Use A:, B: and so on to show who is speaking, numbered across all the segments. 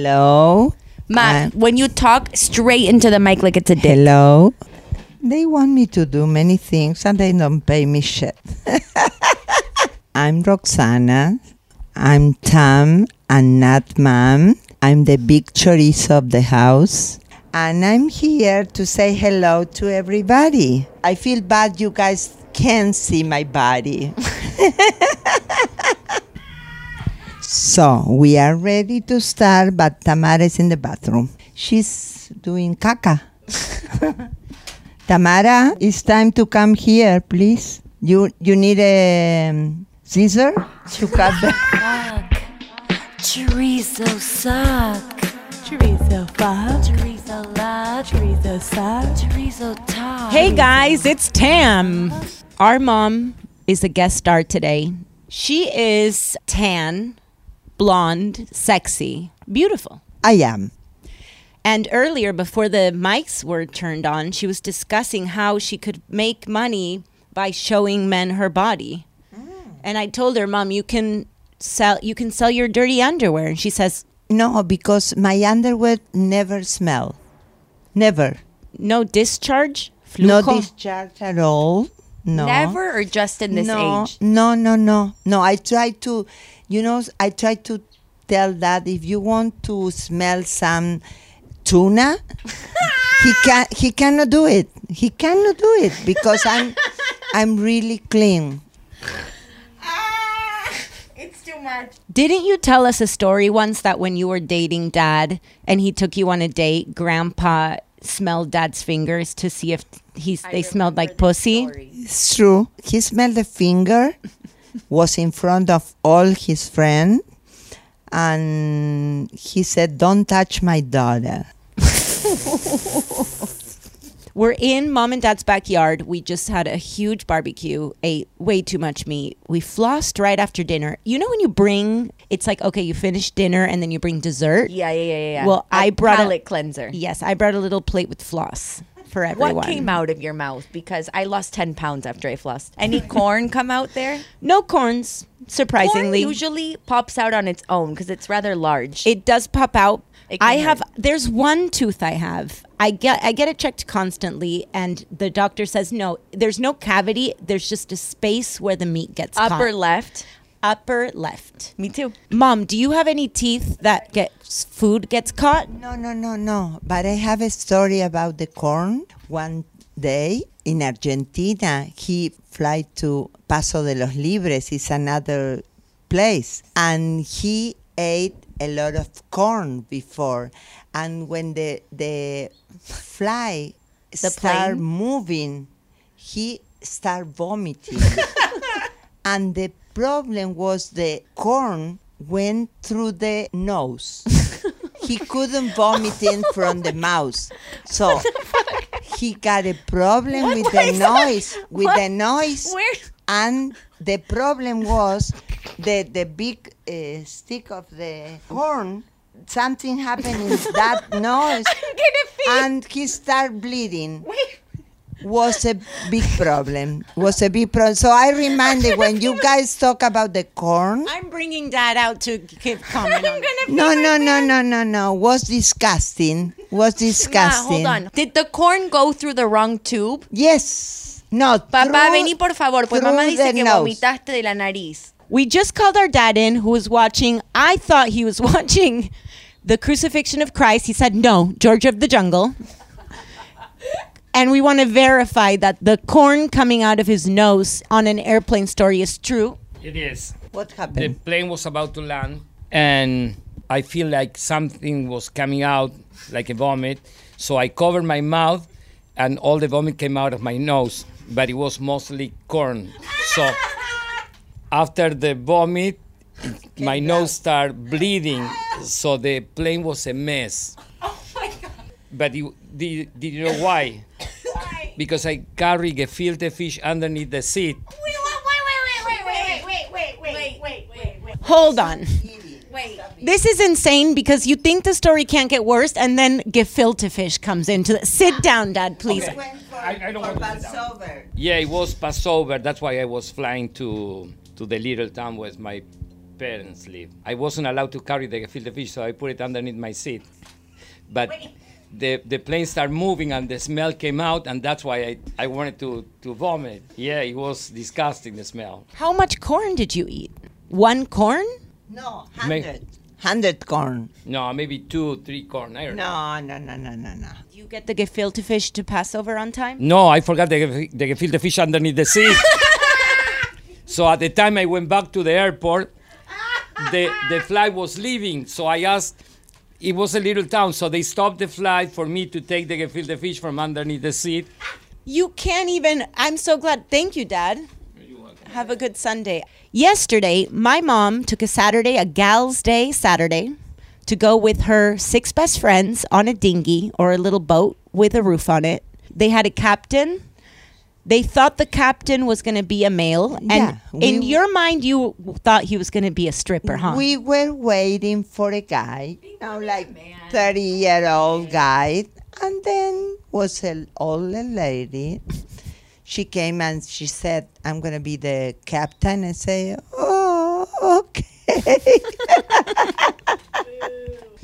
A: Hello.
B: Matt,
A: Uh,
B: when you talk straight into the mic like it's a dick.
A: Hello. They want me to do many things and they don't pay me shit. I'm Roxana. I'm Tam and not Mom. I'm the big chorizo of the house. And I'm here to say hello to everybody. I feel bad you guys can't see my body. So we are ready to start, but Tamara is in the bathroom. She's doing caca. Tamara, it's time to come here, please. You you need a um, scissor to cut the.
C: Chorizo suck.
D: Chorizo fuck.
C: Chorizo love.
D: Chorizo suck.
C: Chorizo talk.
E: Hey guys, it's Tam.
B: Our mom is the guest star today. She is tan, blonde, sexy, beautiful.
A: I am.
B: And earlier, before the mics were turned on, she was discussing how she could make money by showing men her body.
A: Mm.
B: And I told her, "Mom, you can sell you can sell your dirty underwear." And she says,
A: No, because my underwear never smell, never,
B: "No discharge,
A: no
B: Flujo."
A: discharge at all. No,
B: never, or just in this
A: no,
B: age."
A: No, no, no, no. I try to, you know, I try to tell that if you want to smell some tuna, he can he cannot do it. He cannot do it because I'm I'm really clean.
B: Didn't you tell us a story once that when you were dating dad and he took you on a date, grandpa smelled dad's fingers to see if he's they smelled like pussy?
A: It's true. He smelled the finger, was in front of all his friends, and he said, "Don't touch my daughter."
B: We're in mom and dad's backyard. We just had a huge barbecue, ate way too much meat. We flossed right after dinner. You know when you bring it's like okay, you finish dinner and then you bring dessert?
D: Yeah, yeah, yeah, yeah, yeah.
B: Well,
D: A
B: I brought a-
D: palate cleanser.
B: Yes, I brought a little plate with floss for everyone.
D: What came out of your mouth? Because I lost ten pounds after I flossed. Any corn come out there?
B: No corns,
D: Corn
B: surprisingly.
D: usually pops out on its own because it's rather large.
B: It does pop out.
D: It can
B: I have there's one tooth I have. I get I get it checked constantly and the doctor says no, there's no cavity, there's just a space where the meat gets caught."
D: Upper left.
B: upper left.
D: Me too.
B: Mom, do you have any teeth that get food gets caught?
A: No, no, no, no. But I have a story about the corn. One day in Argentina, he fly to Paso de los Libres. It's another place, and he ate a lot of corn before. And when the the fly start
D: plane?
A: moving, he start vomiting. and the problem was the corn went through the nose. he couldn't vomit in from the mouth. So he got a problem with the noise, with the noise.
D: Where-
A: And the problem was the the big uh, stick of the horn. Something happened in that noise, and he started bleeding was a big problem. Was a big problem. So I reminded when you guys talk about the corn.
B: I'm bringing dad out to give comment on it.
A: No, no, no, no, no, no. Was disgusting. Was
D: Ah,
A: disgusting.
D: hold on. Did the corn go through the wrong tube?
A: Yes. No.
D: Papá,
A: through-
D: vení por favor, pues mamá
A: through the
D: dice que
A: nose.
D: vomitaste de la nariz.
B: We just called our dad in who was watching. I thought he was watching The Crucifixion of Christ. He said, "No, George of the Jungle." and we want to verify that the corn coming out of his nose on an airplane story is true.
F: It is.
A: What
F: The
A: happened?
F: plane was about to land, and I feel like something was coming out, like a vomit. So I covered my mouth, and all the vomit came out of my nose, but it was mostly corn. So after the vomit, my nose started bleeding, so the plane was a mess. Oh my God. But you, did, did you know why? why? Because I carried a filter fish underneath the seat.
B: Hold on. This is insane because you think the story can't get worse, and then gefilte fish comes into the. Sit down, Dad, please.
F: I- I don't want to sit down.
A: Passover.
F: Yeah, it was Passover. That's why I was flying to to the little town with my parents live. I wasn't allowed to carry the gefilte fish, so I put it underneath my seat. But the the plane started moving and the smell came out, and that's why I, I wanted to, to vomit. Yeah, it was disgusting, the smell.
B: How much corn did you eat? One corn?
A: No,
F: Make-
A: hundred. Hundred corn.
F: No, maybe two, three corn. I don't know.
A: No, no, no, no, no, no.
B: Do you get the gefilte fish to Passover on time?
F: No, I forgot the, gef- the gefilte fish underneath the seat. so at the time I went back to the airport, the, the flight was leaving. So I asked, it was a little town, so they stopped the flight for me to take the gefilte fish from underneath the seat.
B: You can't even. I'm so glad. Thank you, Dad. Have a good Sunday. Yesterday, my mom took a Saturday, a gal's day Saturday, to go with her six best friends on a dinghy or a little boat with a roof on it. They had a captain. They thought the captain was going to be a male. And
A: Yeah,
B: in
A: we-
B: your mind, you thought he was going to be a stripper, huh?
A: We were waiting for a guy, you know, like thirty-year-old guy, and then was an older lady. She came and she said, "I'm gonna be the captain." I say, "Oh, okay."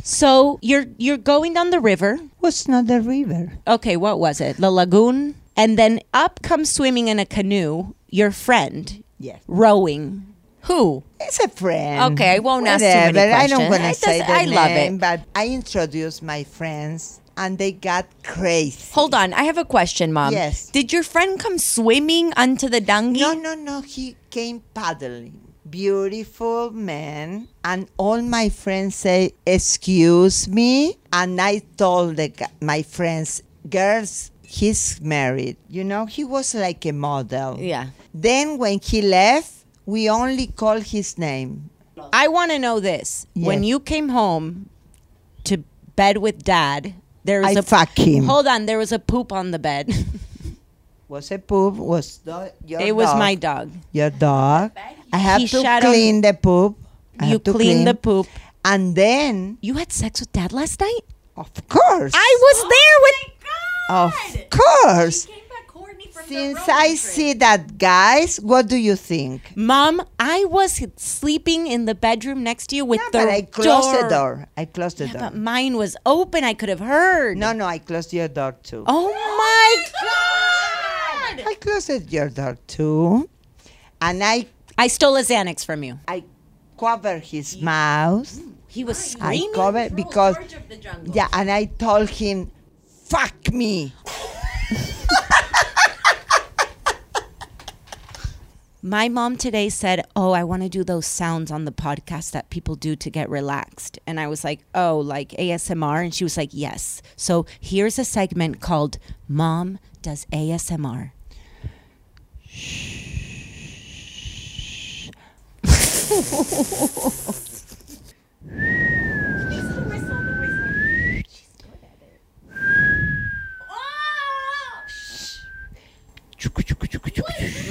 B: so you're you're going down the river.
A: was not a river.
B: okay, what was it? The lagoon. And then up comes swimming in a canoe, your friend,
A: Yes,
B: rowing. Who?
A: it's a friend.
D: Okay, I won't ask too many
A: Whatever, I don't
D: questions.
A: wanna
D: I just-
A: say the
D: I love it.
A: name, but I introduced my friends, and they got crazy.
D: Hold on, I have a question, Mom.
A: Yes.
D: Did your friend come swimming onto the dunghy?
A: No, no, no. He came paddling. Beautiful man. And all my friends say, Excuse me. And I told the, gu- my friends, Girls, he's married. You know, he was like a model.
D: Yeah.
A: Then when he left, we only called his name.
B: I want to know this. When
A: Yes.
B: you came home to bed with dad, there was
A: I
B: a
A: fuck him.
B: Hold on, there was a poop on the bed.
A: Was a poop, was do- your
B: it was
A: dog.
B: my dog.
A: Your dog. I have
B: He
A: to
B: shat on-
A: clean the poop. I
B: You
A: have to
B: cleaned the poop.
A: And then,
B: You had sex with dad last night?
A: of course.
B: I was
A: Oh
B: there with Oh,
A: Of course. Since I see that, guys, what do you think?
B: Mom, I was sleeping in the bedroom next to you with
A: Yeah,
B: the
A: but I closed the door. I closed the
B: But
A: door.
B: mine was open. I could have heard.
A: No, no, I closed your door too.
B: Oh my god!
A: I closed your door too. And I
B: I stole a Xanax from you.
A: I covered his mouth.
B: He was
A: I
B: screaming.
A: covered because Yeah, and I told him, fuck me.
B: My mom today said, "Oh, I want to do those sounds on the podcast that people do to get relaxed." And I was like, "Oh, like ASMR?" And she was like, "Yes." So, here's a segment called Mom Does ASMR.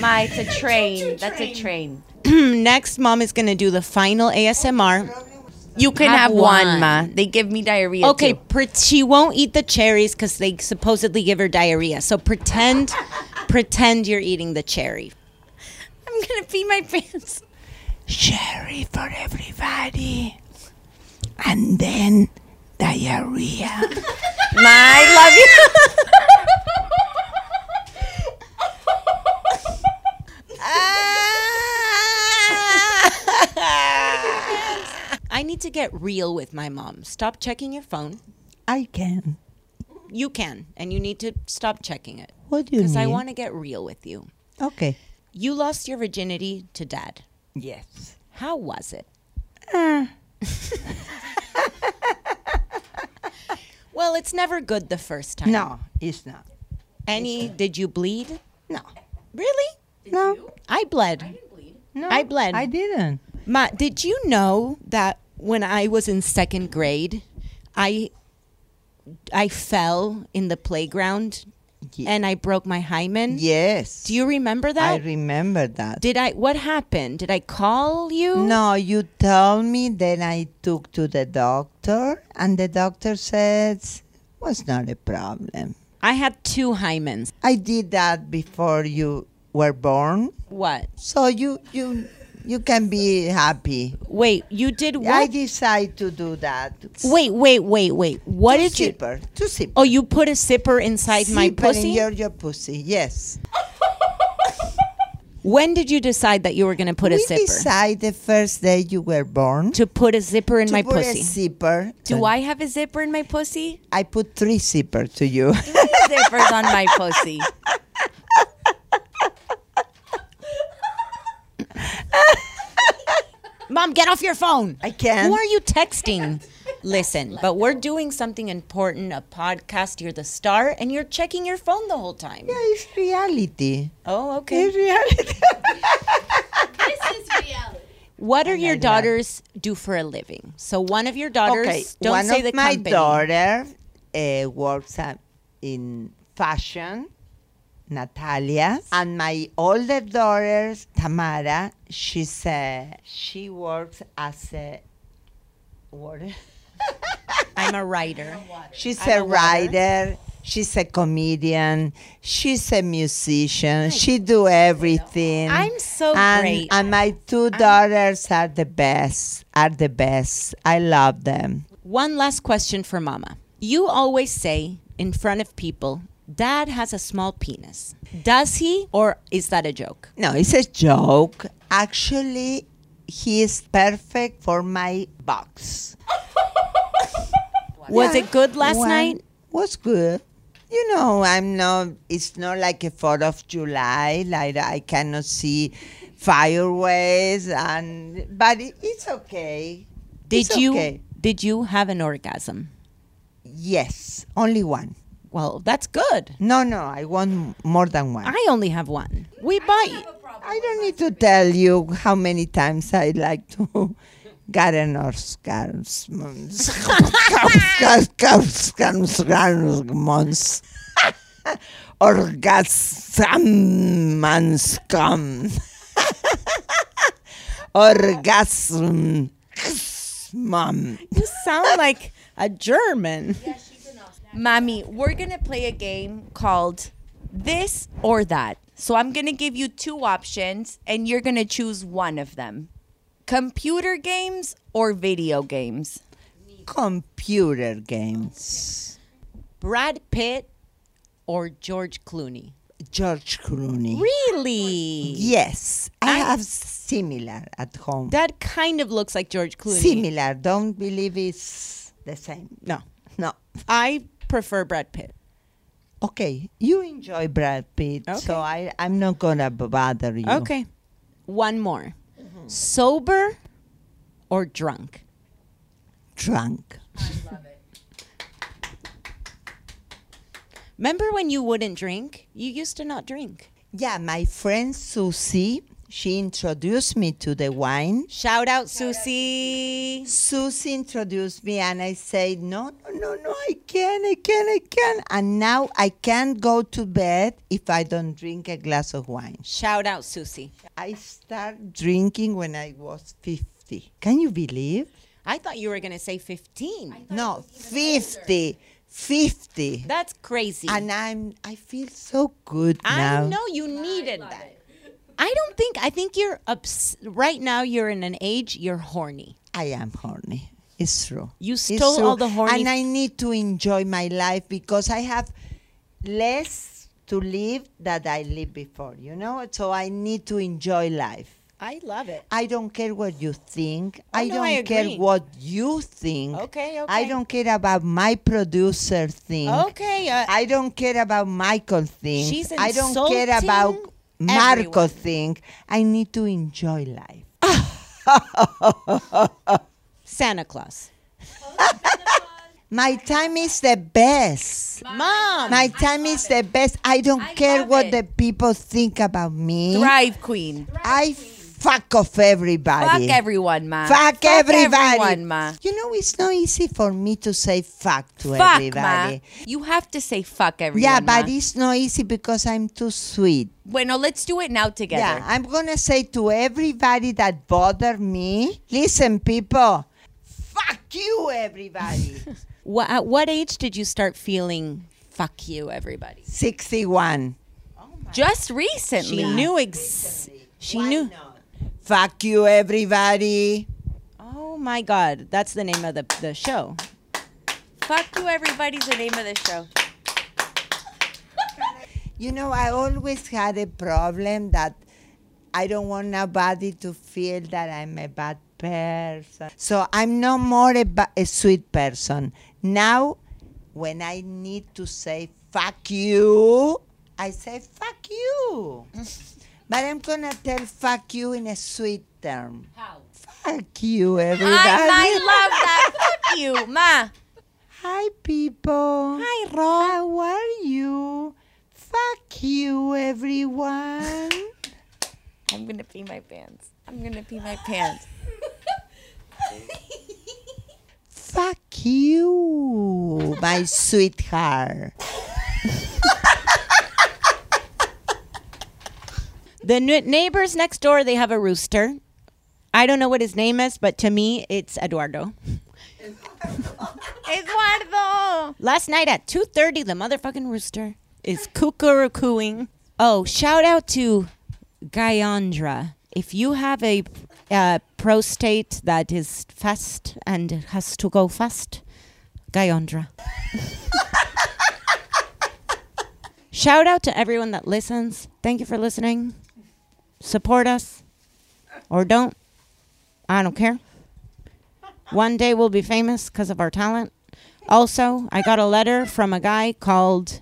D: My, it's a train. That's a train.
B: Next, mom is going to do the final ASMR.
D: You can have,
B: Have
D: one.
B: one.
D: Ma. They give me diarrhea.
B: Okay,
D: too.
B: pre- she won't eat the cherries because they supposedly give her diarrhea. So pretend, pretend you're eating the cherry.
D: I'm gonna pee my pants.
A: Sherry for everybody. And then diarrhea.
D: Ma, I love you.
B: I need to get real with my mom. Stop checking your phone.
A: I can.
B: You can, and you need to stop checking it
A: What do you
B: because
A: mean?
B: I want to get real with you.
A: okay.
B: You lost your virginity to dad.
A: Yes.
B: How was it?
A: Eh.
B: well, it's never good the first time.
A: No, it's not.
B: Any? Did you bleed?
A: No.
B: Really?
A: no.
B: I bled. I didn't bleed. No, I bled.
A: I didn't.
B: Ma, did you know that when I was in second grade, I I fell in the playground
A: Ye-
B: and I broke my hymen?
A: Yes.
B: Do you remember that?
A: I remember that.
B: did I what happened? Did I call you?
A: no, you told me then I took to the doctor and the doctor says was not a problem.
B: I had two hymens.
A: I did that before you were born.
B: What?
A: So you you You can be happy.
B: Wait, you did what?
A: I decide to do that.
B: wait, wait, wait, wait. What
A: Two
B: did you?
A: zipper, Two zipper.
B: Oh, you put a zipper inside my
A: Zipper in
B: pussy.
A: your, your pussy. Yes.
B: when did you decide that you were going to put a
A: we
B: zipper?
A: decide the first day you were born
B: to put a zipper in
A: to
B: my
A: put a
B: pussy.
A: zipper.
D: Do I have a zipper in my pussy?
A: I put three zipper to you.
D: Zippers on my pussy.
B: Mom, get off your phone.
A: I can't.
B: Who are you texting? Listen, but we're doing something important, a podcast. You're the star, and you're checking your phone the whole time.
A: it's reality.
B: Oh, okay.
A: It's reality. Oh,
B: What are your daughters do for a living? So one of your daughters, don't
A: one
B: say
A: of
B: the
A: my
B: company.
A: daughter uh, works uh, in fashion, Natalia, and my older daughter Tamara. She's uh, she works as a what?
B: I'm a writer.
A: She's
B: I'm
A: a
B: a writer.
A: writer. She's a comedian. She's a musician. She do everything.
B: I'm so
A: and,
B: Oh, great. Ah.
A: And my two daughters are the best. Are the best. I love them.
B: One last question for Mama. You always say in front of people, Dad has a small penis. Does he, or is that a joke?
A: No, it's a joke. Actually, he is perfect for my box.
B: Was
A: Yeah.
B: it good last
A: Well,
B: night?
A: Was good. You know, I'm not. It's not like a Fourth of July. Like I cannot see fireworks, and but it- it's okay.
B: Did
A: It's
B: you
A: okay.
B: did you have an orgasm?
A: Yes, only one.
B: Well, that's good.
A: No, no, I want more than one.
B: I only have one. We bought.
A: I don't need to tell you how many times I like to get an Oscar. Orgasm. Orgasm. Mom.
B: You sound like a German.
D: Mommy, we're going to play a game called This or That. So I'm going to give you two options and you're going to choose one of them computer games or video games.
A: Computer games.
B: Brad Pitt or George Clooney?
A: George Clooney.
B: Really?
A: Yes, I have similar at home.
B: That kind of looks like George Clooney.
A: Similar. Don't believe it's the same.
B: No,
A: No.
B: I prefer Brad Pitt.
A: Okay, you enjoy Brad Pitt,
B: Okay.
A: so I, I'm not gonna b- bother you.
B: Okay. One more. Sober or drunk?
A: Drunk.
B: Remember when you wouldn't drink? You used to not drink.
A: Yeah, my friend Susie, she introduced me to the wine.
B: Shout out, Susie.
A: Susie introduced me, and I said, No, no, no, no, I can't, I can't, I can't. And now I can't go to bed if I don't drink a glass of wine.
B: Shout out, Susie.
A: I start drinking when I was 50. Can you believe?
B: I thought you were going to say 15.
A: No, 50. 50.
B: That's crazy.
A: and I'm I feel so good now.
B: I know you needed that. I don't think, I think you're obs- right now, you're in an age you're horny.
A: I am horny. It's true.
B: You
A: It's
B: stole all
A: true.
B: the horny-
A: and I need to enjoy my life because I have less to live that I lived before. You know, so I need to enjoy life.
B: I love it.
A: I don't care what you think. I
B: Oh, no,
A: don't
B: I
A: care
B: agree.
A: what you think.
B: Okay,
A: I
B: okay.
A: don't care about my producer thing.
B: Okay. Uh,
A: I don't care about Michael thing.
B: She's
A: I don't care
B: insulting
A: about Marco
B: everyone.
A: thing. I need to enjoy life.
B: Santa Claus.
A: My time is the best.
B: Mom.
A: My time is the best. I don't care
D: love
A: what
D: it.
A: the people think about me.
D: Thrive Queen.
A: I fuck off everybody.
D: Fuck everyone, ma.
A: Fuck, everybody.
D: everyone, ma.
A: You know, it's not easy for me to say fuck to
D: Fuck,
A: everybody.
D: ma. You have to say fuck everyone.
A: Yeah, but
D: ma.
A: it's not easy because I'm too sweet.
D: Bueno, let's do it now together.
A: Yeah, I'm gonna say to everybody that bother me, listen, people, fuck you, everybody.
B: Wha at what age did you start feeling fuck you, everybody?
A: Sixty-one.
D: Just recently.
B: She knew ex- she
A: Why
B: knew
A: not? Fuck you, everybody.
B: Oh my God, that's the name of the, the show.
D: Fuck you, everybody's the name of the show.
A: You know, I always had a problem that I don't want nobody to feel that I'm a bad person. So I'm no more a, ba- a sweet person. Now, when I need to say fuck you, I say fuck you. but I'm going to tell fuck you in a sweet term. How? Fuck you, everybody.
D: I, I love that. Fuck you, ma.
A: Hi, people. Hi, Ro. How are you? Fuck you, everyone.
D: I'm gonna pee my pants. I'm gonna pee my pants.
A: Fuck you, my sweetheart.
B: The n- neighbors next door, they have a rooster. I don't know what his name is, but to me, it's Eduardo.
D: Eduardo.
B: Last night at 2.30, the motherfucking rooster is cuckoo-cooing. Oh, shout out to Guyandra. If you have a uh, prostate that is fast and has to go fast, Guyandra. shout out to everyone that listens. Thank you for listening. Support us or don't. I don't care. One day we'll be famous because of our talent. Also, I got a letter from a guy called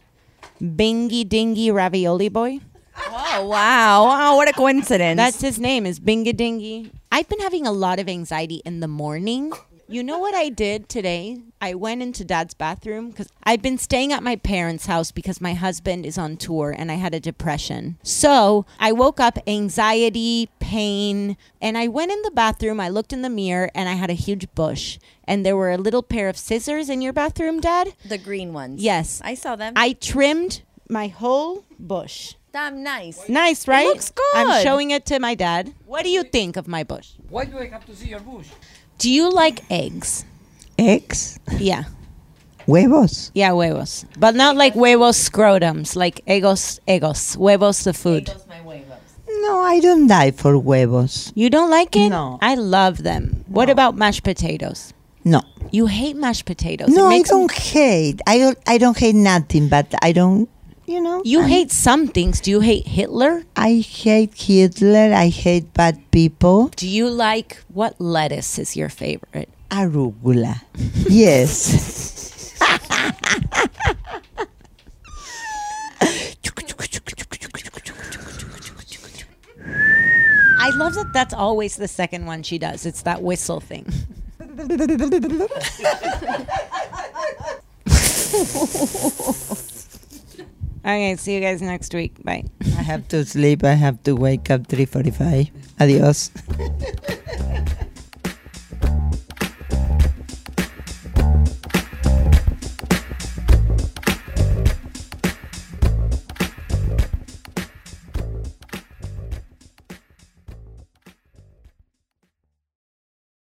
B: Bingy Dingy Ravioli Boy.
D: Oh wow! Wow, what a coincidence.
B: That's his name is Bingy Dingy. I've been having a lot of anxiety in the morning. You know what I did today? I went into dad's bathroom because I've been staying at my parents' house because my husband is on tour and I had a depression. So I woke up anxiety, pain, and I went in the bathroom. I looked in the mirror and I had a huge bush. And there were a little pair of scissors in your bathroom, dad.
D: the green ones.
B: Yes.
D: I saw them.
B: I trimmed my whole bush.
D: Damn nice.
B: Nice, right?
D: looks good.
B: I'm showing it to my dad. What do you think of my bush?
F: Why do I have to see your bush?
B: Do you like eggs?
A: Eggs?
B: Yeah.
A: Huevos.
B: Yeah, huevos. But not like huevos scrotums, like egos, egos, huevos the food.
A: No, I don't die for huevos.
B: You don't like it?
A: No.
B: I love them. What about mashed potatoes?
A: No.
B: You hate mashed potatoes. It
A: No, I
B: makes me-
A: don't hate. I don't, I don't hate nothing, but I don't, you know.
B: You
A: I-
B: hate some things. Do you hate Hitler?
A: I hate Hitler. I hate bad people.
B: Do you like what lettuce is your favorite?
A: Arugula. yes.
B: I love that that's always the second one she does. It's that whistle thing. okay, see you guys next week. Bye.
A: I have to sleep. I have to wake up 3.45. Adios.